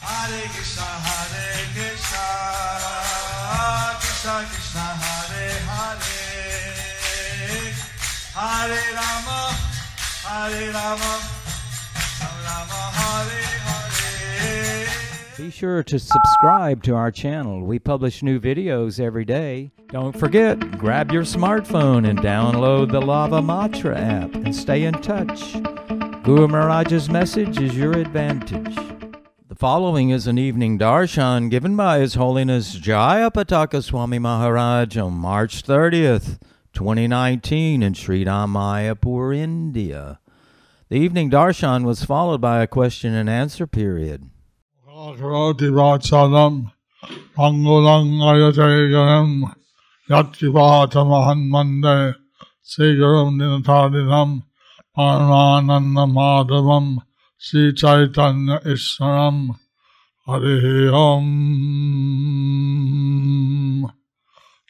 Hare Krishna, Hare Krishna, Krishna Krishna, Hare Hare, Hare Rama, Hare Rama, Rama Hare Hare. Be sure to subscribe to our channel. We publish new videos every day. Don't forget, grab your smartphone and download the Lava Matra app and stay in touch. Guru Maharaj's message is your advantage. The following is an evening darshan given by His Holiness Jayapataka Swami Maharaj on March 30th, 2019 in Sri Ramayapur, India. The evening darshan was followed by a question and answer period. Karoti Vatsalam, Pangulang Ayajayanam, Yattivatahan Mande, Sigaram Dinatarinam, Paramananda Madhavam, Sri Chaitanya Isharam, Hare Om.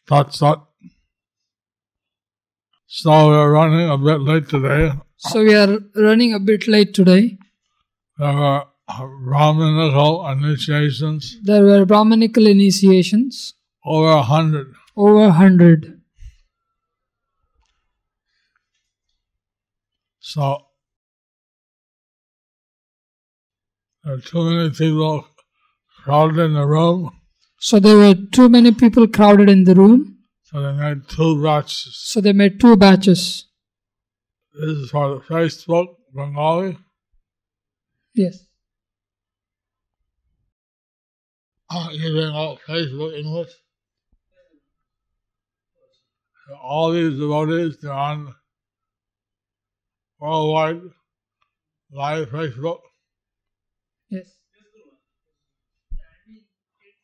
That's that. So we're running a bit late today. So we are running a bit late today. There were Brahminical initiations, There were Brahmanical initiations, over a hundred. over 100. So there are too many people crowded in the room, So there were too many people crowded in the room. so they made two batches. So they made two batches. This is for the Facebook Bengali. Yes. Aren't you doing all Facebook English? So all these devotees they're on worldwide live Facebook. Yes.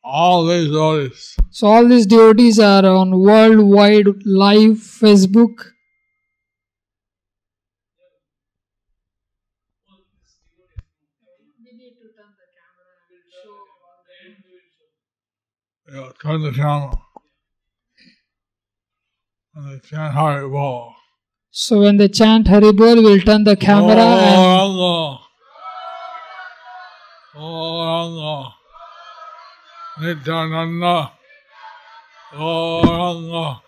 All these devotees. So all these devotees are on worldwide live Facebook. you know, turn the camera. And they can't hide it well. So when they chant Haribol, we'll turn the camera and Oh, Ranga. Oh, Ranga. Nityananda. Oh, Ranga.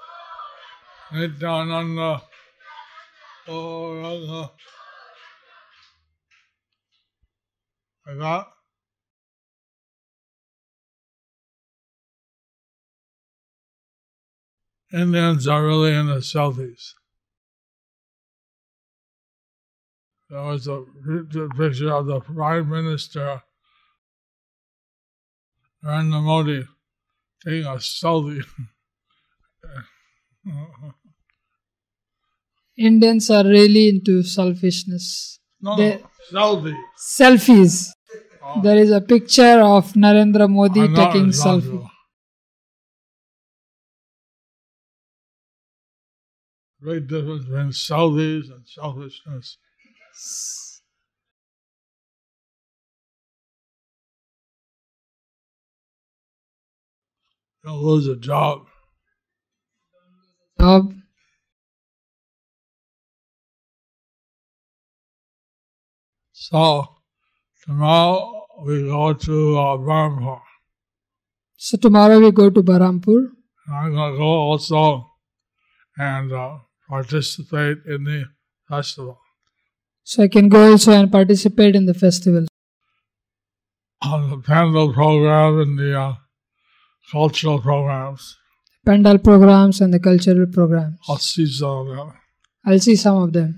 Nityananda. Oh, Ranga. Like that? Indians are really into selfies. There was a picture- picture of the Prime Minister Narendra Modi taking a selfie. Indians are really into selfishness. no, They- selfie. Selfies. Oh. There is a picture of Narendra Modi I'm not taking responsible. selfie. Great difference between selfies and selfishness. Don't lose a job. Job. So tomorrow we go to uh, Burma. So tomorrow we go to Barampur. I'm gonna go also and uh, participate in the festival. So I can go also and participate in the festival. on the Pendle program and the uh, cultural programs. Pandal programs and the cultural programs. I'll see some of them. I'll see some of them.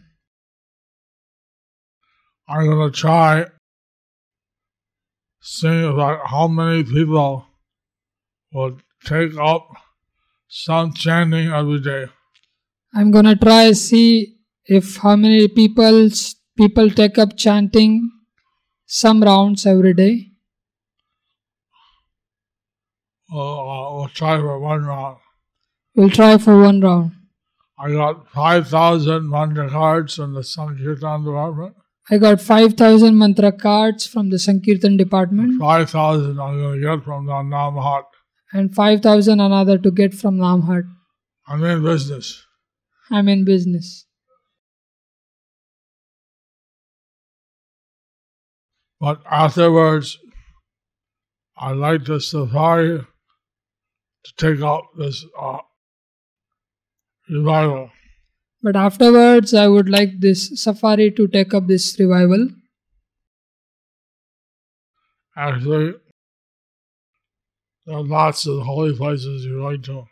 I'm gonna try seeing about how many people will take up some chanting every day. I'm gonna try see if how many people people take up chanting some rounds every day. We'll, uh, we'll try for one round. We'll try for one round. I got 5,000 mantra cards from the Sankirtan department. I got 5000 mantra cards from the Sankirtan department 5,000 I'm gonna get from the Namahat. and 5000 another to get from Namhat. I'm in business. I'm in business. But afterwards, I'd like the safari to take up this uh, revival. But afterwards, I would like this safari to take up this revival. Actually, there are lots of holy places you like to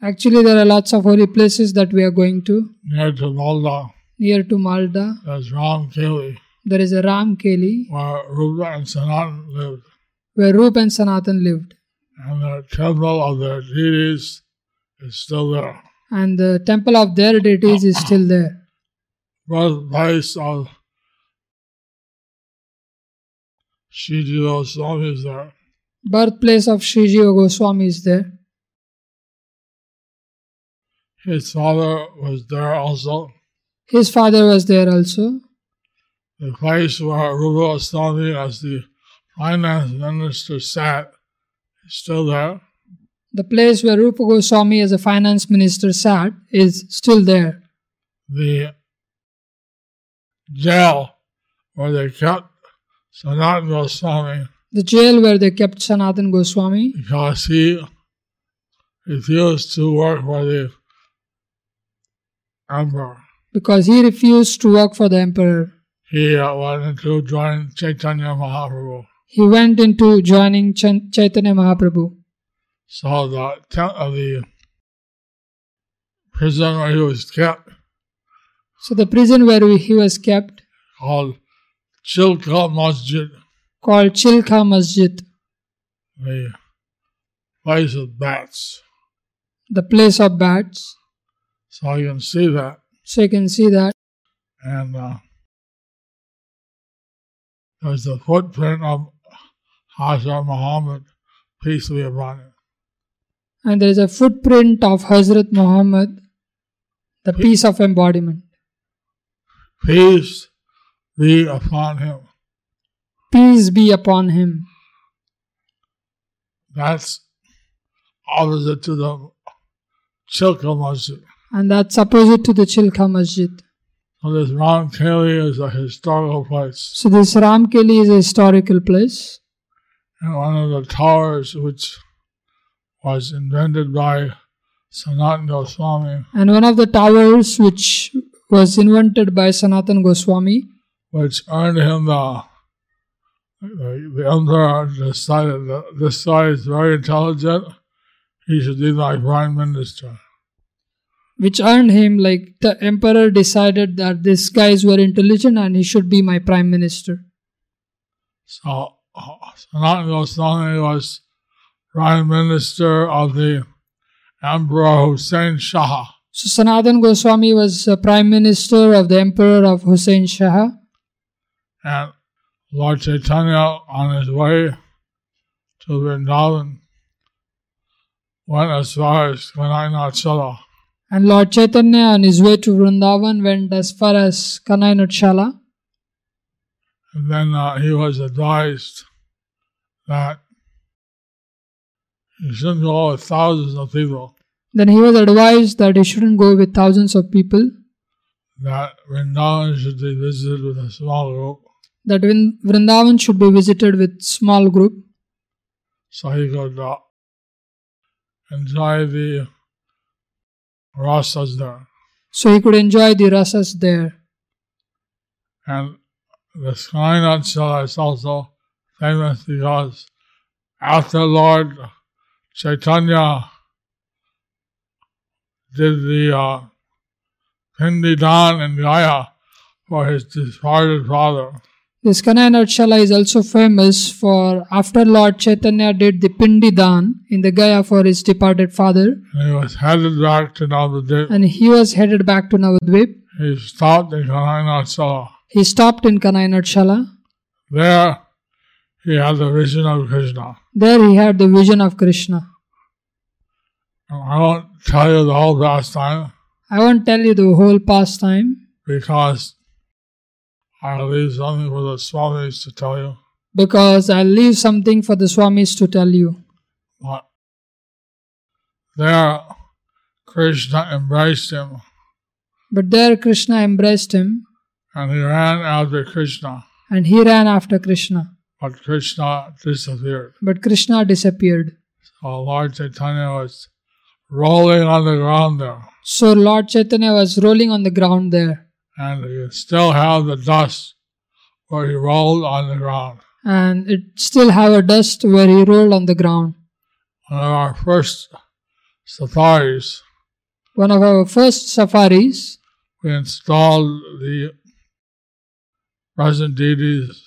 Actually, there are lots of holy places that we are going to. near to Malda. Near to Malda, There's Ram Keli, there is a Ram Keli where Rupa and Sanatan lived, where Roop and Sanatan lived, and the temple of their deities is still there. and the temple of their deities is still there. Birthplace of Shiji Goswami is there. Birthplace of Sriji Goswami is there. His father was there also. His father was there also. The place where Rupa Goswami, as the finance minister, sat is still there. The place where Rupa Goswami as a finance minister sat is still there. The jail where they kept Sanatan Goswami The jail where they kept Sanatan Goswami because he refused to work for the emperor. because he refused to work for the emperor. He uh, wanted to join Chaitanya Mahaprabhu. He went into joining Chan- Chaitanya Mahaprabhu. So the tent of the prison where he was kept So the prison where we- he was kept, called Chilka Masjid, called Chilka Masjid, the place of bats. the place of bats. So you can see that. So you can see that And uh, there's the footprint of Hazrat Muhammad, peace be upon him. and there is a footprint of Hazrat Muhammad, the piece of embodiment. Peace be upon him. Peace be upon him. That's opposite to the Chilka Masjid. And that's opposite to the Chilka Masjid. So this Ram Keli is a historical place. So this Ram Keli is a historical place. And one of the towers which was invented by Sanatan Goswami And one of the towers which was invented by Sanatan Goswami, which earned him the the, the emperor decided that this guy is very intelligent. He should be my prime minister. which earned him, like the emperor decided that these guys were intelligent and he should be my prime minister. So uh, Sanatan Goswami was prime minister of the Emperor Hussein Shah. So Sanatan Goswami was uh, prime minister of the emperor of Hussein Shah. and Lord Chaitanya on his way to Vrindavan went as far as Kananachala. And Lord Chaitanya on his way to Vrindavan went as far as Kanai Nutshala. And then uh, he was advised that he shouldn't go with thousands of people, Then he was advised that he shouldn't go with thousands of people, that Vrindavan should be visited with a small group that Vrin- Vrindavan should be visited with small group so he could uh, enjoy the rasas there. so he could enjoy the rasas there. And the sky nut shell is also famous because after Lord Chaitanya did the uh, Pindi Dawn in Gaya for his departed father, This Kanai Nutshala is also famous for after Lord Chaitanya did the Pindi Daan in the Gaya for his departed father and he was headed back to Navadvip. and he was headed back to Navadvip. He stopped in Kanainatsala. He stopped in Kanai Nutshala. There, he had the vision of Krishna. There he had the vision of Krishna. And I won't tell you the whole pastime I won't tell you the whole pastime because I'll leave something for the Swamis to tell you. because I'll leave something for the Swamis to tell you. But there, Krishna embraced him But there Krishna embraced him and he ran after Krishna. and he ran after Krishna. but Krishna disappeared. But Krishna disappeared. So Lord Chaitanya was rolling on the ground there, So Lord Chaitanya was rolling on the ground there, and you still have the dust where he rolled on the ground. and it still have a dust where he rolled on the ground. One of our first safaris, One of our first safaris, we installed the present deities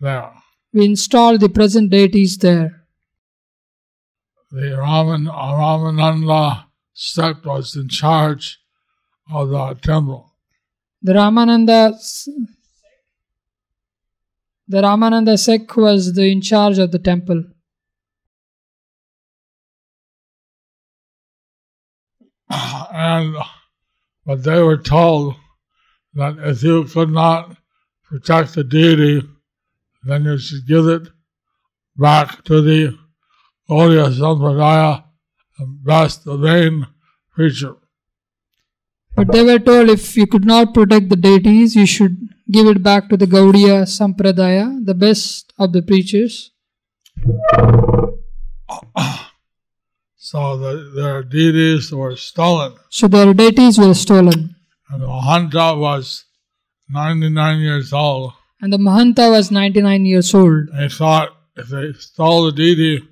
there. we installed the present deities there. the Raman, Ramananda sect was in charge of the temple. The Ramananda, s- the Ramananda sect was the in charge of the temple. And but they were told that if you could not protect the deity, then you should give it back to the Gaudiya Sampradaya and best the main preacher. But they were told if you could not protect the deities, you should give it back to the Gaudiya Sampradaya, the best of the preachers. So the, their deities were stolen. So their deities were stolen. And Mahanta was 99 years old. And the Mahanta was 99 years old. They thought if they stole the deity,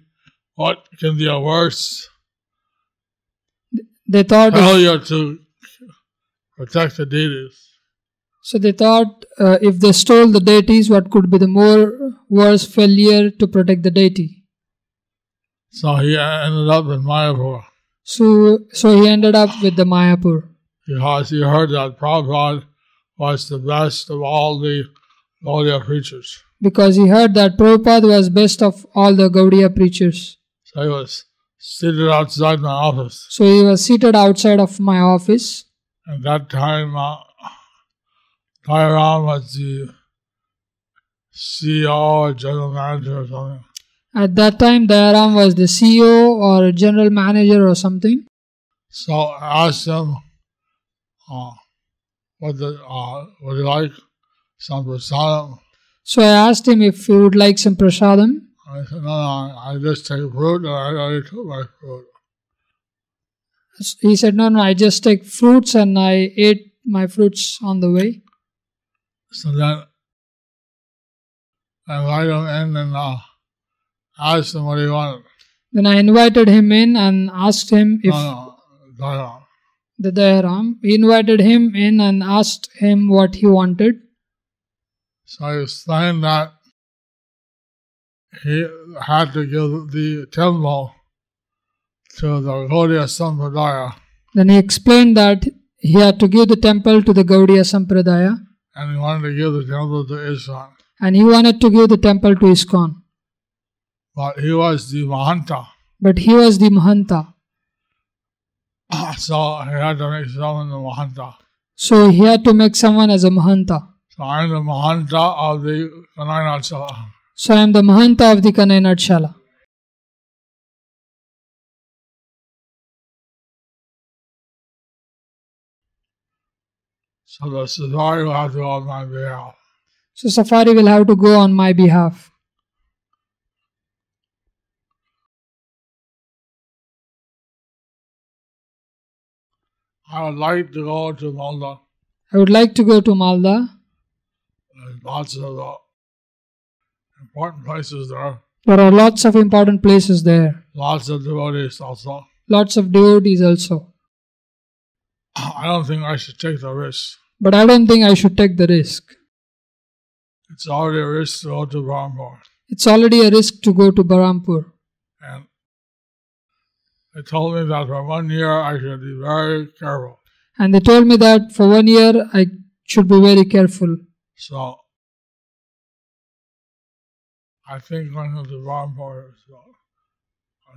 what can be a worse They thought, failure to protect the deities? so they thought uh, if they stole the deities, what could be the more worse failure to protect the deity? So he ended up in Mayapur So, so he ended up with the Mayapur because he heard that Prabhupada was the best of all the Gaudiya preachers. because he heard that Prabhupada was best of all the Gaudiya preachers. So he was seated outside my office. So he was seated outside of my office. At that time, uh, Tairam was the CEO or E general manager or something. At that time, Dayaram was the CEO or a general manager or something. So I asked him, uh, what the, uh, would you like? Some prasadam? So I asked him if he would like some prasadam. I said, no, no, I just take fruit and I already took my fruit. He said, No, no, I just take fruits and I ate my fruits on the way. So then I invited him in and uh, asked him what he wanted. Then I invited him in and asked him if Oh, no, no, no, the Dayaram. He invited him in and asked him what he wanted. So he explained that he had to give the temple to the Gaudiya Sampradaya Then he explained that he had to give the temple to the Gaudiya Sampradaya and he wanted to give the temple to Ishan. and he wanted to give the temple to ISKCON. but he was the Mahanta, But he was the Mahanta. so he had to make someone the Mahanta. So he had to make someone as a Mahanta. So I'm the Mahanta of the Kanainachala. So I am the Mahanta of the Kanainat Shala. So the Siddhari will have to go on my behalf. So Safari will have to go on my behalf. I would like to go to Malda. I would like to go to Malda. There's lots of uh, important places there, There are lots of important places there. lots of devotees also. Lots of devotees also. I don't think I should take the risk. But I don't think I should take the risk. It's already a risk to go to Brahmapur. It's already a risk to go to Barampur. And they told me that for one year I should be very careful. And they told me that for one year I should be very careful. So I think going to the bomb part is uh,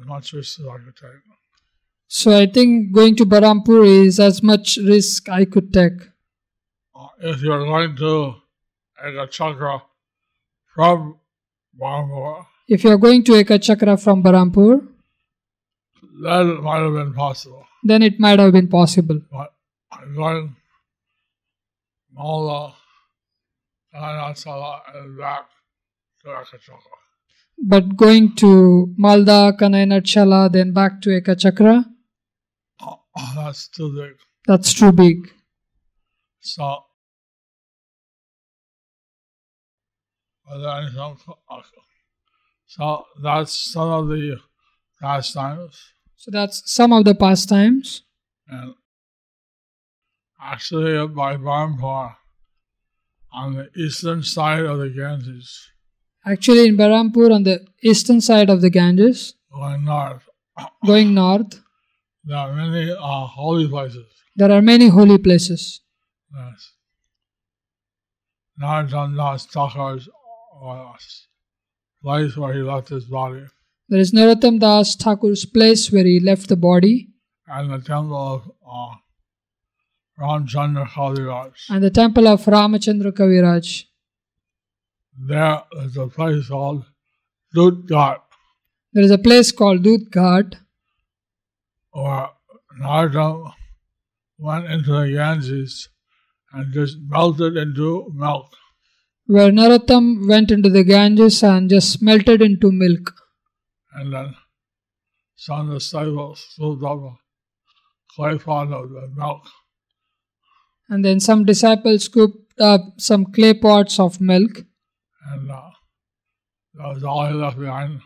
as much risk as I could take. So I think going to Barampur is as much risk I could take. Uh, If you're going to Eka Chakra from Bombora, If you are going to Eka Chakra from Barampur, that might have been possible. then it might have been possible. But I'm going uh, Mola, Anasala, and back to Akachakra. But going to Malda, Kanainatshala, then back to Ekachakra, Oh, oh, that's too big. that's too big. So, but there is no co- okay. so that's some of the pastimes, So that's some of the pastimes. and actually by Barampur, on the eastern side of the Ganges, Actually, in Barampur, on the eastern side of the Ganges, going north, going north, there are many uh, holy places. there are many holy places. Yes. Naranjandas Thakur's uh, place where he left his body, There is Narottam Das Thakur's place where he left the body, and the temple of uh, Ramchandra Kaviraj. and the temple of Ramachandra Kaviraj. There is a place called Dutgat, There is a place called Dudh Ghat where Narajan went into the Ganges and just melted into milk. where Narottam went into the Ganges and just melted into milk. And then some of the disciples filled up a clay pot of the milk. And then some disciples scooped up some clay pots of milk, and uh, that was all he left behind.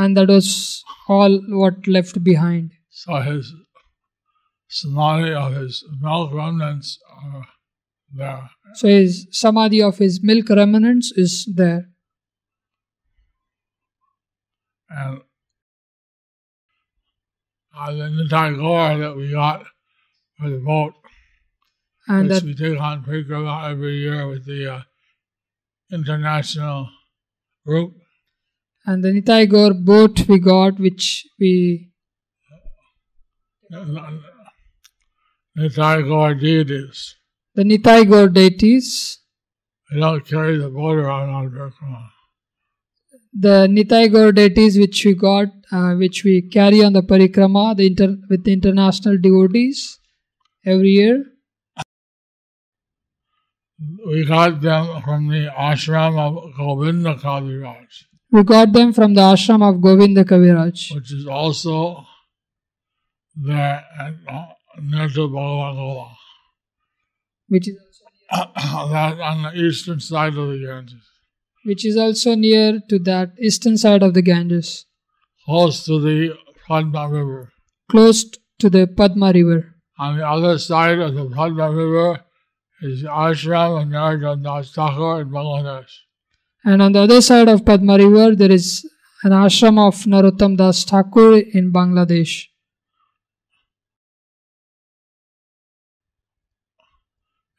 and that was all what left behind. So his samadhi of his milk remnants are there. So his samadhi of his milk remnants is there. And uh, the Nitai Gaur that we got for the boat, And which that we take on pilgrim out every year with the uh, international group, and the Nitai Gaur boat we got, which we Nitai Gaur deities. the Nitai Gaur deities, They don't carry the boat around on Birkama. the Nitai Gaur deities which we got, uh, which we carry on the parikrama, the inter- with the international devotees every year. We got them from the ashram of Govinda Kaviraj, We got them from the ashram of Govinda Kaviraj, which is also there at uh, near to Balagola. which is That's on the eastern side of the Ganges, which is also near to that eastern side of the Ganges, close to the Padma River. close to the Padma River. On the other side of the Padma River is the ashram of Narajan Das Thakur in Bangladesh. And on the other side of Padma River, there is an ashram of Narottam Das Thakur in Bangladesh.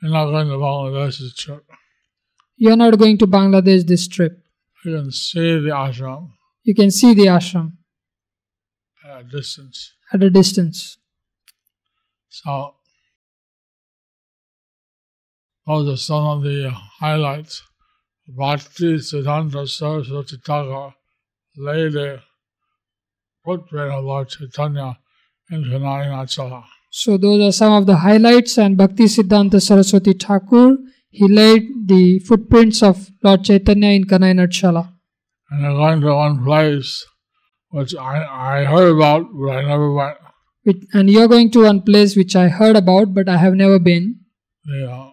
You're not going to Bangladesh this trip. You are not going to Bangladesh this trip. You can see the ashram You can see the ashram at a distance. at a distance. So those are some of the highlights. Bhakti Siddhanta Saraswati Thakur laid a footprint of Lord Chaitanya in Kanayanatsala. So those are some of the highlights. And Bhakti Siddhanta Saraswati Thakur, he laid the footprints of Lord Chaitanya in Kanainatshala. And they're going to one place which I, I heard about, but I never went. Which, and you're going to one place which I heard about, but I have never been. The uh,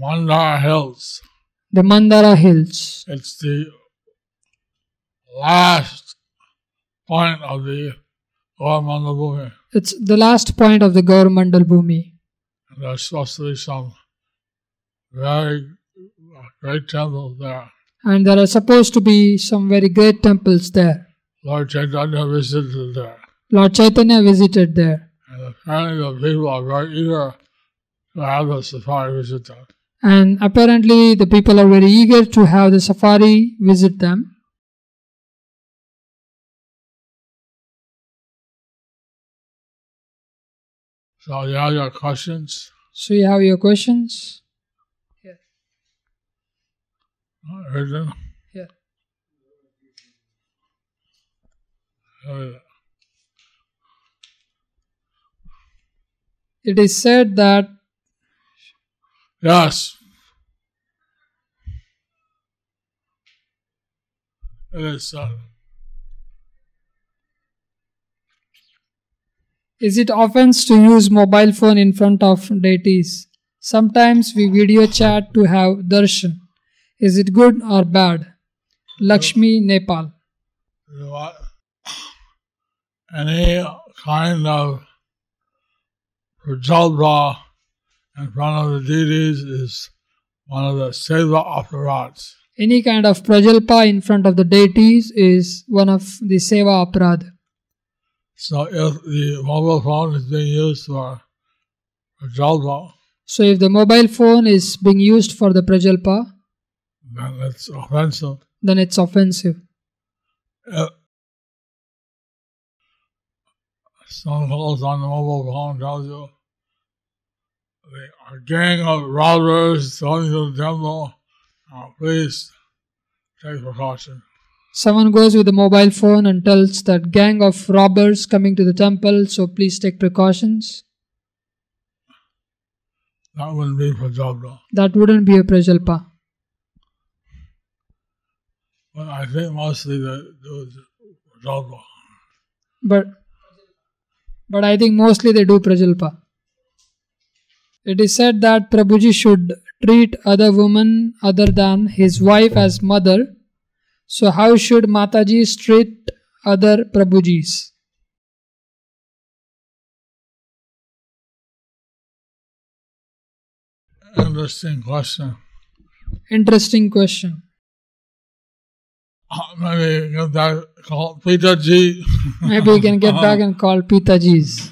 Mandara Hills. the Mandara Hills. It's the last point of the Gaurmanda Bhumi. It's the last point of the Gaurmandal Bhumi. And there's supposed to be some very great temples there. And there are supposed to be some very great temples there. Lord Chaitanya visited there. Lord Chaitanya visited there. And apparently the people are very eager to have the safari visit there. And apparently, the people are very eager to have the safari visit them. So you have your questions? So, you have your questions? Not heard them? Yeah. Uh, It is said that Yes. it is uh, so. Is it offense to use mobile phone in front of deities? Sometimes we video chat to have darshan. Is it good or bad? Lakshmi, Nepal. You know what? Any kind of prajalpa in front of the deities is one of the seva apparats. Any kind of prajalpa in front of the deities is one of the seva aparad. So if the mobile phone is being used for prajalpa, So if the mobile phone is being used for the prajalpa, then it's offensive. then it's offensive. If someone calls on the mobile phone tells you the, a gang of robbers going to the temple, uh, please take precaution. Someone goes with a mobile phone and tells that gang of robbers coming to the temple, so please take precautions. That wouldn't be prajalpa. That wouldn't be a prajalpa. But I think mostly that it was prajalpa. But but I think mostly they do prajalpa. It is said that Prabhuji should treat other women other than his wife as mother. So how should Mataji's treat other Prabhuji's? Interesting question. Interesting question. Uh, Maybe give that call Peter G. Um, Maybe we can Uh-huh. get back and call Pitaji's.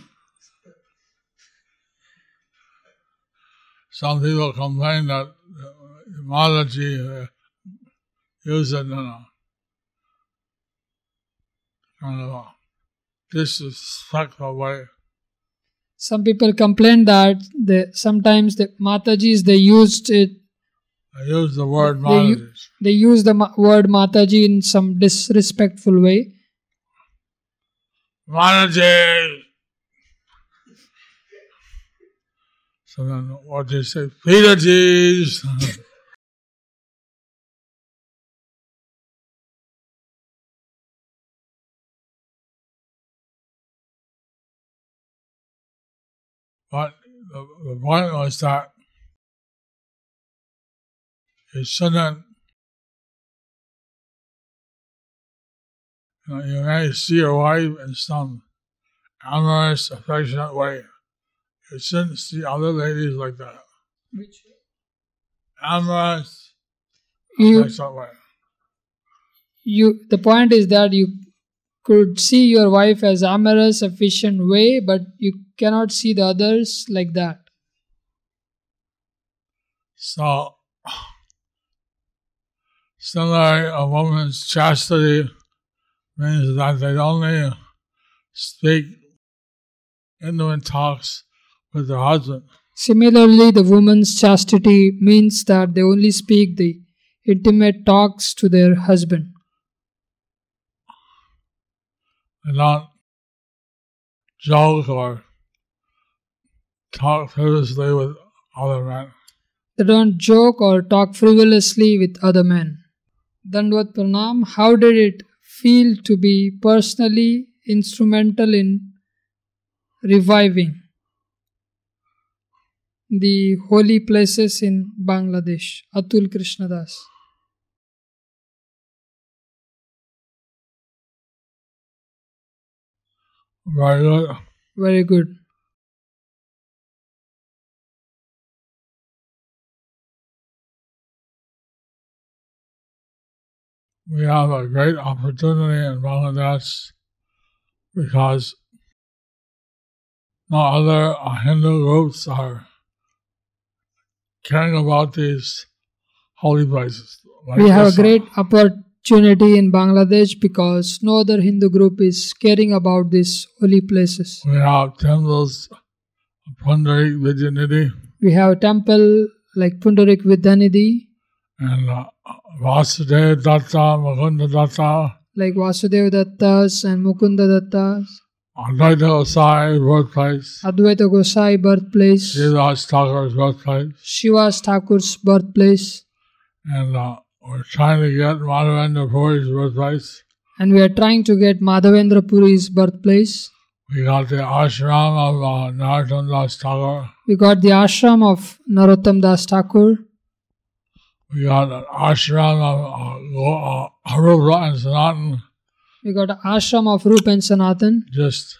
Some people complain that uh, etymology uh, use it in a kind of a disrespectful way. Some people complain that they, sometimes the Mataji's they used it They use the word They u- Malaji. they use the ma- word Mataji in some disrespectful way. Malaji! So then what they say, Peter G's! But the, the point was that you shouldn't, you, know, you may see your wife in some amorous, affectionate way. You shouldn't see other ladies like that. Amorous, You, affectionate way. you, the point is that you could see your wife as amorous, efficient way, but you cannot see the others like that. So, similarly, a woman's chastity means that they only speak intimate talks with their husband. Similarly, the woman's chastity means that they only speak the intimate talks to their husband. They don't joke or talk seriously with other men. They don't joke or talk frivolously with other men. Dandvat Pranam, how did it feel to be personally instrumental in reviving the holy places in Bangladesh? Atul Krishnadas. Very good. Very good. We have a great opportunity in Bangladesh because no other uh, Hindu groups are caring about these holy places. like we have a Islam. great opportunity in Bangladesh because no other Hindu group is caring about these holy places. We have temples, Pundarik Vidyanidhi, We have a temple like Pundarik Vidyanidhi, and uh, Vasudeva Datta, Mukunda Datta, like Vasudeva Datta's and Mukunda Datta's, Advaita Osai birthplace, Advaita Gosai birthplace, Shiva's Thakur's birthplace, Shiva's Thakur's birthplace, and uh, We're trying to get Madhavendra Puri's birthplace. and we are trying to get Madhavendra Puri's birthplace. We got the ashram of uh, Narottam Das Tagore. We got the ashram of Narottam Das Thakur. We got an ashram of uh, Arupa and Sanatan. We got ashram of Rup and Sanatan, just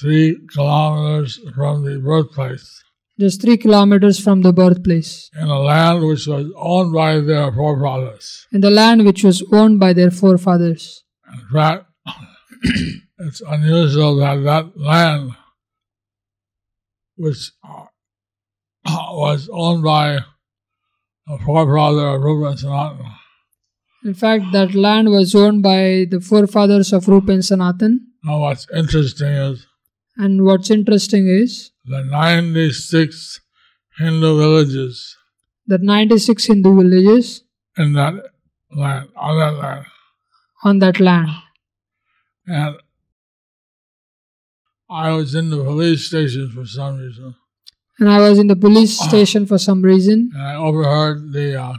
three kilometers from the birthplace just three kilometers from the birthplace, in a land which was owned by their forefathers. in the land which was owned by their forefathers. In fact, it's unusual that that land, which uh, was owned by the forefather of Ruben Sanatan, In fact, that land was owned by the forefathers of Rup and Sanatan. now what's interesting is And what's interesting is the 96 Hindu villages that 96 Hindu villages in that land, on that land. on that land. And I was in the police station for some reason. And I was in the police station for some reason, And I overheard the uh,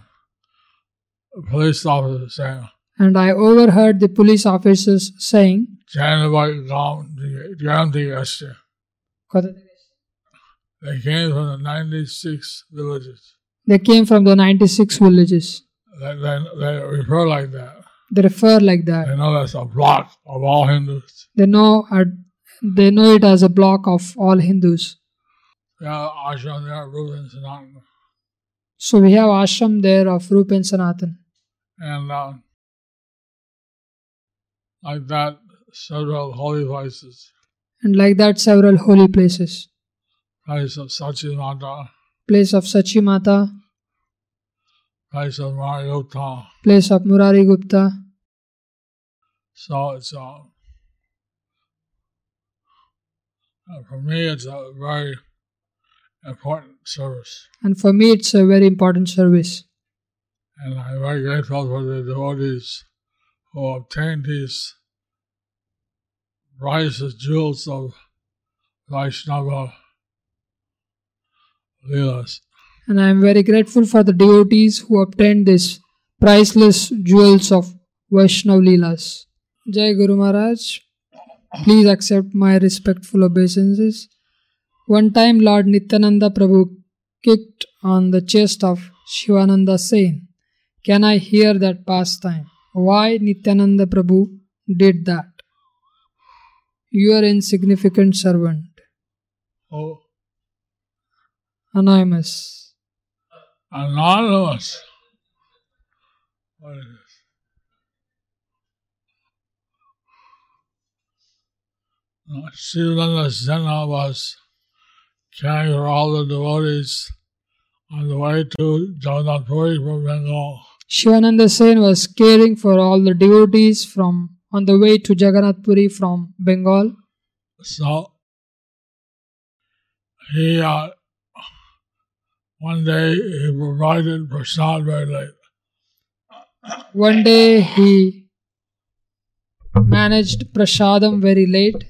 police officer saying, and I overheard the police officers saying, Janabhai Gandhi Esther. They came from the 96 villages. They came from the 96 villages. They, they, they refer like that. They refer like that. They know that's a block of all Hindus. They know they know it as a block of all Hindus. Yeah, Ashram, yeah, Reuben, Sanatan. So we have ashram there of Rup and Sanatan. And uh, like that, several holy places. And like that, several holy places. Place of Sachimata. Place of Sachi Mata, place of Mariota. place of Murari Gupta. So it's uh, uh, for me, it's a very important service, And for me, it's a very important service. and I'm very grateful for the devotees who obtained these priceless jewels of Vaishnava leelas. And I am very grateful for the devotees who obtained these priceless jewels of Vaishnav Leelas. Jai Guru Maharaj, please accept my respectful obeisances. One time, Lord Nityananda Prabhu kicked on the chest of Shivananda, saying, Can I hear that pastime? Why Nityananda Prabhu did that? Your insignificant servant. Oh, Anonymous. anonymous. What is this? No, Srivananda Zena was carrying for all the devotees on the way to Jagannathpuri from Bengal. Shivananda Sen was caring for all the devotees from on the way to Jagannath Puri from Bengal. So he uh, one day he provided prasad very late. One day he managed prasadam very late.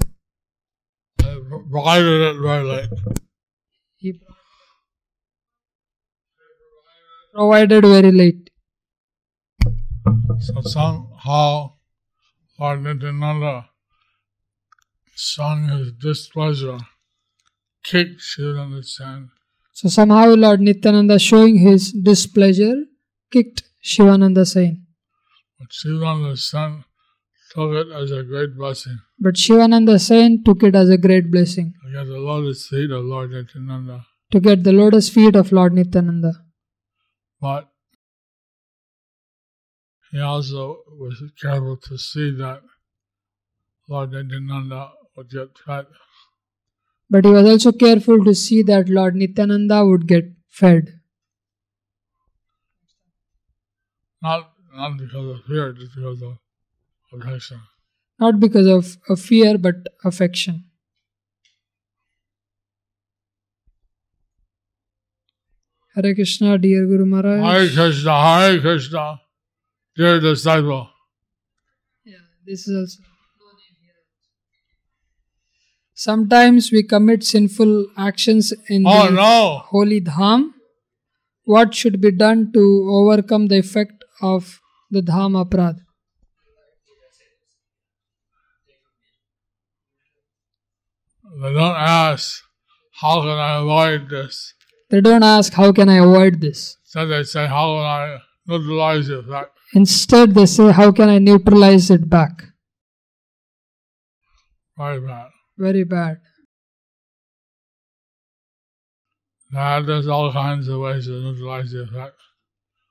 He provided it very late. He provided very late. So somehow Lord Nityananda, showing his displeasure, kicked Shivananda's hand. So somehow Lord Nityananda showing his displeasure kicked Shivananda Sen. But Shivananda's son took it as a great blessing But Shivananda Sen took it as a great blessing to get the lotus feet of Lord Nityananda. to get the lotus feet of Lord Nityananda. But he also was careful to see that Lord Nityananda would get fed. But he was also careful to see that Lord Nityananda would get fed. Not, not because of fear, just because of protection. not because of a fear but affection. Hare Krishna, dear Guru Hare Maharaj. Krishna, Hare Krishna, dear disciple. Yeah, this is also. Sometimes we commit sinful actions in Oh the no! holy dham. what should be done to overcome the effect of the Dham Aparad? They don't ask, how can I avoid this? They don't ask, how can I avoid this? So they say, how can I neutralize the effect? Instead, they say, how can I neutralize it back? Very bad. Very bad. Now there's all kinds of ways to neutralize the effect.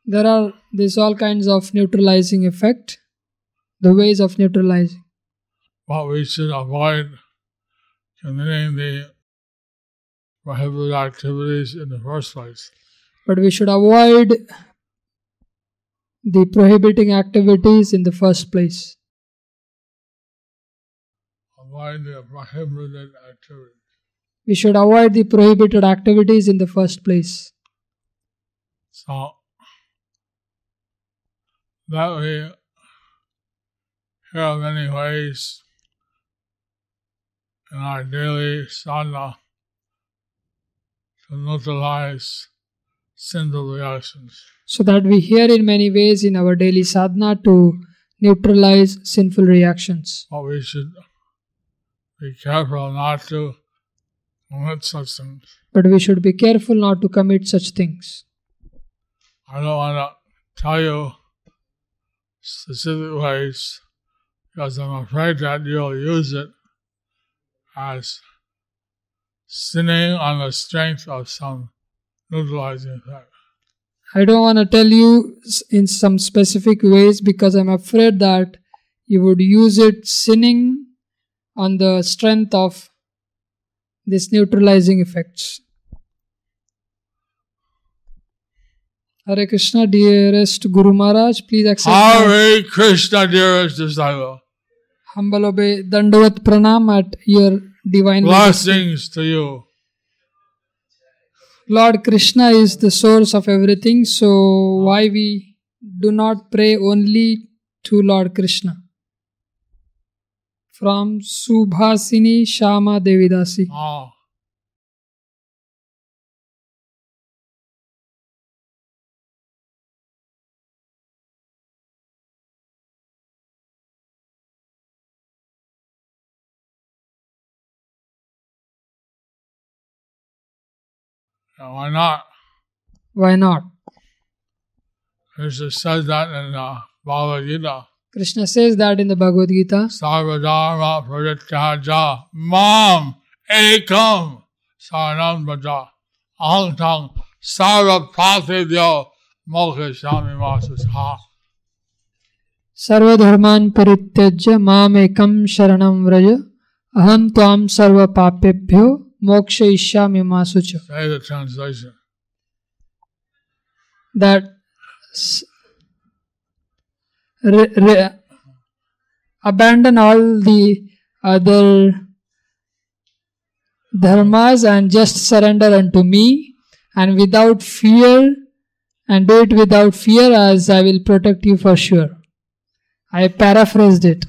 There are these all kinds of neutralizing effect, the ways of neutralizing. But we should avoid committing the prohibited activities in the first place. But we should avoid the prohibiting activities in the first place. Avoid the prohibited activities. We should avoid the prohibited activities in the first place. So that way here are many ways in our daily sadhana to neutralize sinful reactions. So that we hear in many ways in our daily sadhana to neutralize sinful reactions. But we should be careful not to commit such things. But we should be careful not to commit such things. I don't want to tell you specific ways because I'm afraid that you'll use it as sinning on the strength of some neutralizing effect. I don't want to tell you s- in some specific ways because I'm afraid that you would use it sinning on the strength of these neutralizing effects. Hare Krishna, dearest Guru Maharaj, please accept my Hare Krishna, dearest disciple. humble obey Dandavat Pranam at your divine majesty. Blessings to you. Lord Krishna is the source of everything, so why we do not pray only to Lord Krishna? From Subhasini Shama Devidasi. Ah. Now, why not? Why not? Krishna says that in uh, the Bhagavad Gita. Krishna says that in the Bhagavad Gita. Sarvadharma Pradityaja Mam Ekam Saranam Bhaja Aham Tang Sarva Pratidyo Mokhashami Masusha सर्वधर्मान् परित्यज्य मामेकं शरणं व्रज अहं त्वां सर्वपापेभ्यो मोक्षयिष्यामि मा शुच Say the translation. that s- re- re- abandon all the other dharmas and just surrender unto me and without fear and do it without fear as i will protect you for sure i paraphrased it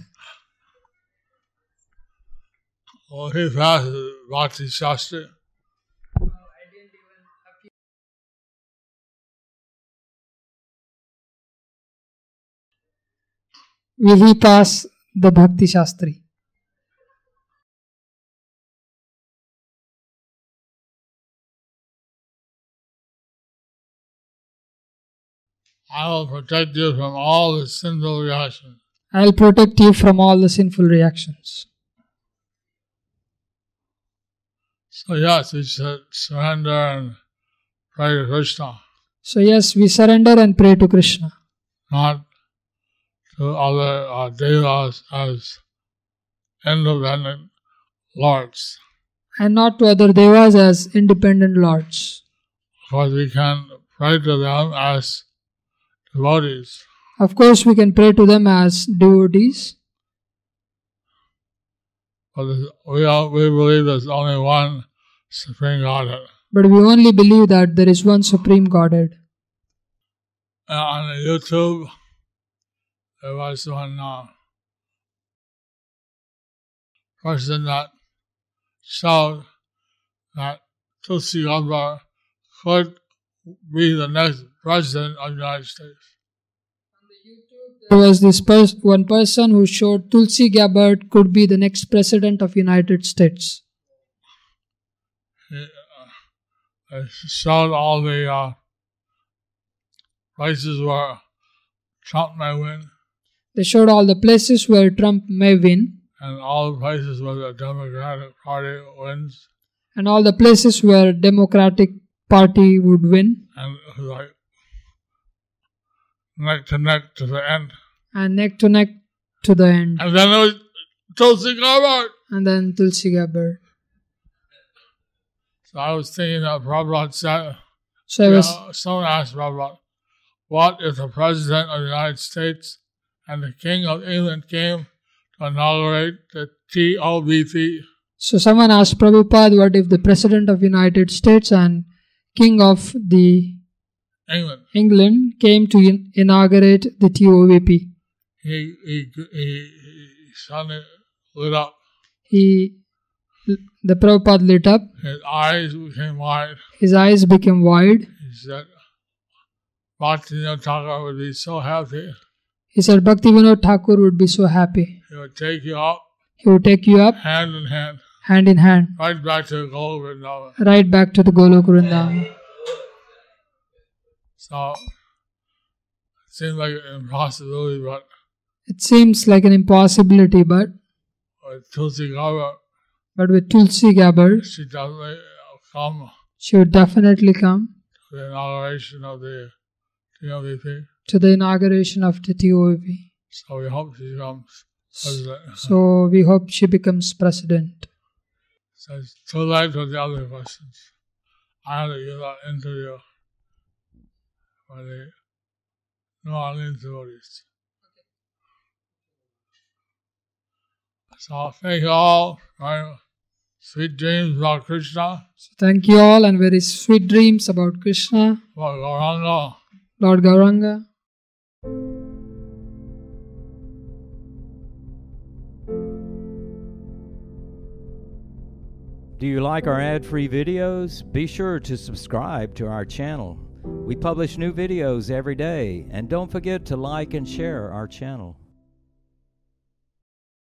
Well, he passes Bhakti Shastri. will he pass the bhakti shastri I will protect you from all the sinful reactions. i'll protect you from all the sinful reactions So yes, we should surrender and pray to Krishna, so yes we surrender and pray to krishna not to other uh, devas as independent lords. and not to other devas as independent lords. because we can pray to them as devotees. Of course, we can pray to them as devotees, But there's- we, all, we believe there's only one Supreme Godhead. but we only believe that there is one Supreme Godhead. And on YouTube, there was one uh, person that showed that Tulsi Gamba could be the next president of the United States. There was this pers- one person who showed Tulsi Gabbard could be the next president of United States. He, uh, he showed all the uh, places where Trump may win They showed all the places where Trump may win and all the places where the Democratic Party wins. and all the places where Democratic Party would win and it was like neck to neck to the end. and neck to neck to the end. And then it was Tulsi Gabbard. And then Tulsi Gabbard. So I was thinking that Prabhupada said, So I was uh, someone asked Prabhupada, what if the President of the United States and the King of England came to inaugurate the TOBT? so someone asked Prabhupada what if the president of United States and king of the England. England came to in- inaugurate the TOVP. He, he, he, he suddenly lit up. He the Prabhupada lit up, His eyes became wide. his eyes became wide. He said, Bhaktivinoda Thakur would be so happy. He said Bhaktivinoda Thakur would be so happy. He would take you up He would take you up hand in hand, hand in hand, right back to the Golden Vrindavan. right back to the Golok Vrindavan. So it seemed like an impossibility, but It seems like an impossibility, but with Tulsi Gabbard, but with Tulsi Gabbard, she definitely come she would definitely come to the inauguration of the TLDP. to the inauguration of the TOVP. So we hope she comes. president. So we hope she becomes president. So it's too late for the other questions. I had to give that interview for the New Orleans devotees. So thank you all for sweet dreams about Krishna, So thank you all and very sweet dreams about Krishna, about Gauranga. Lord Gauranga. Do you like our ad free videos? Be sure to subscribe to our channel. We publish new videos every day, and don't forget to like and share our channel.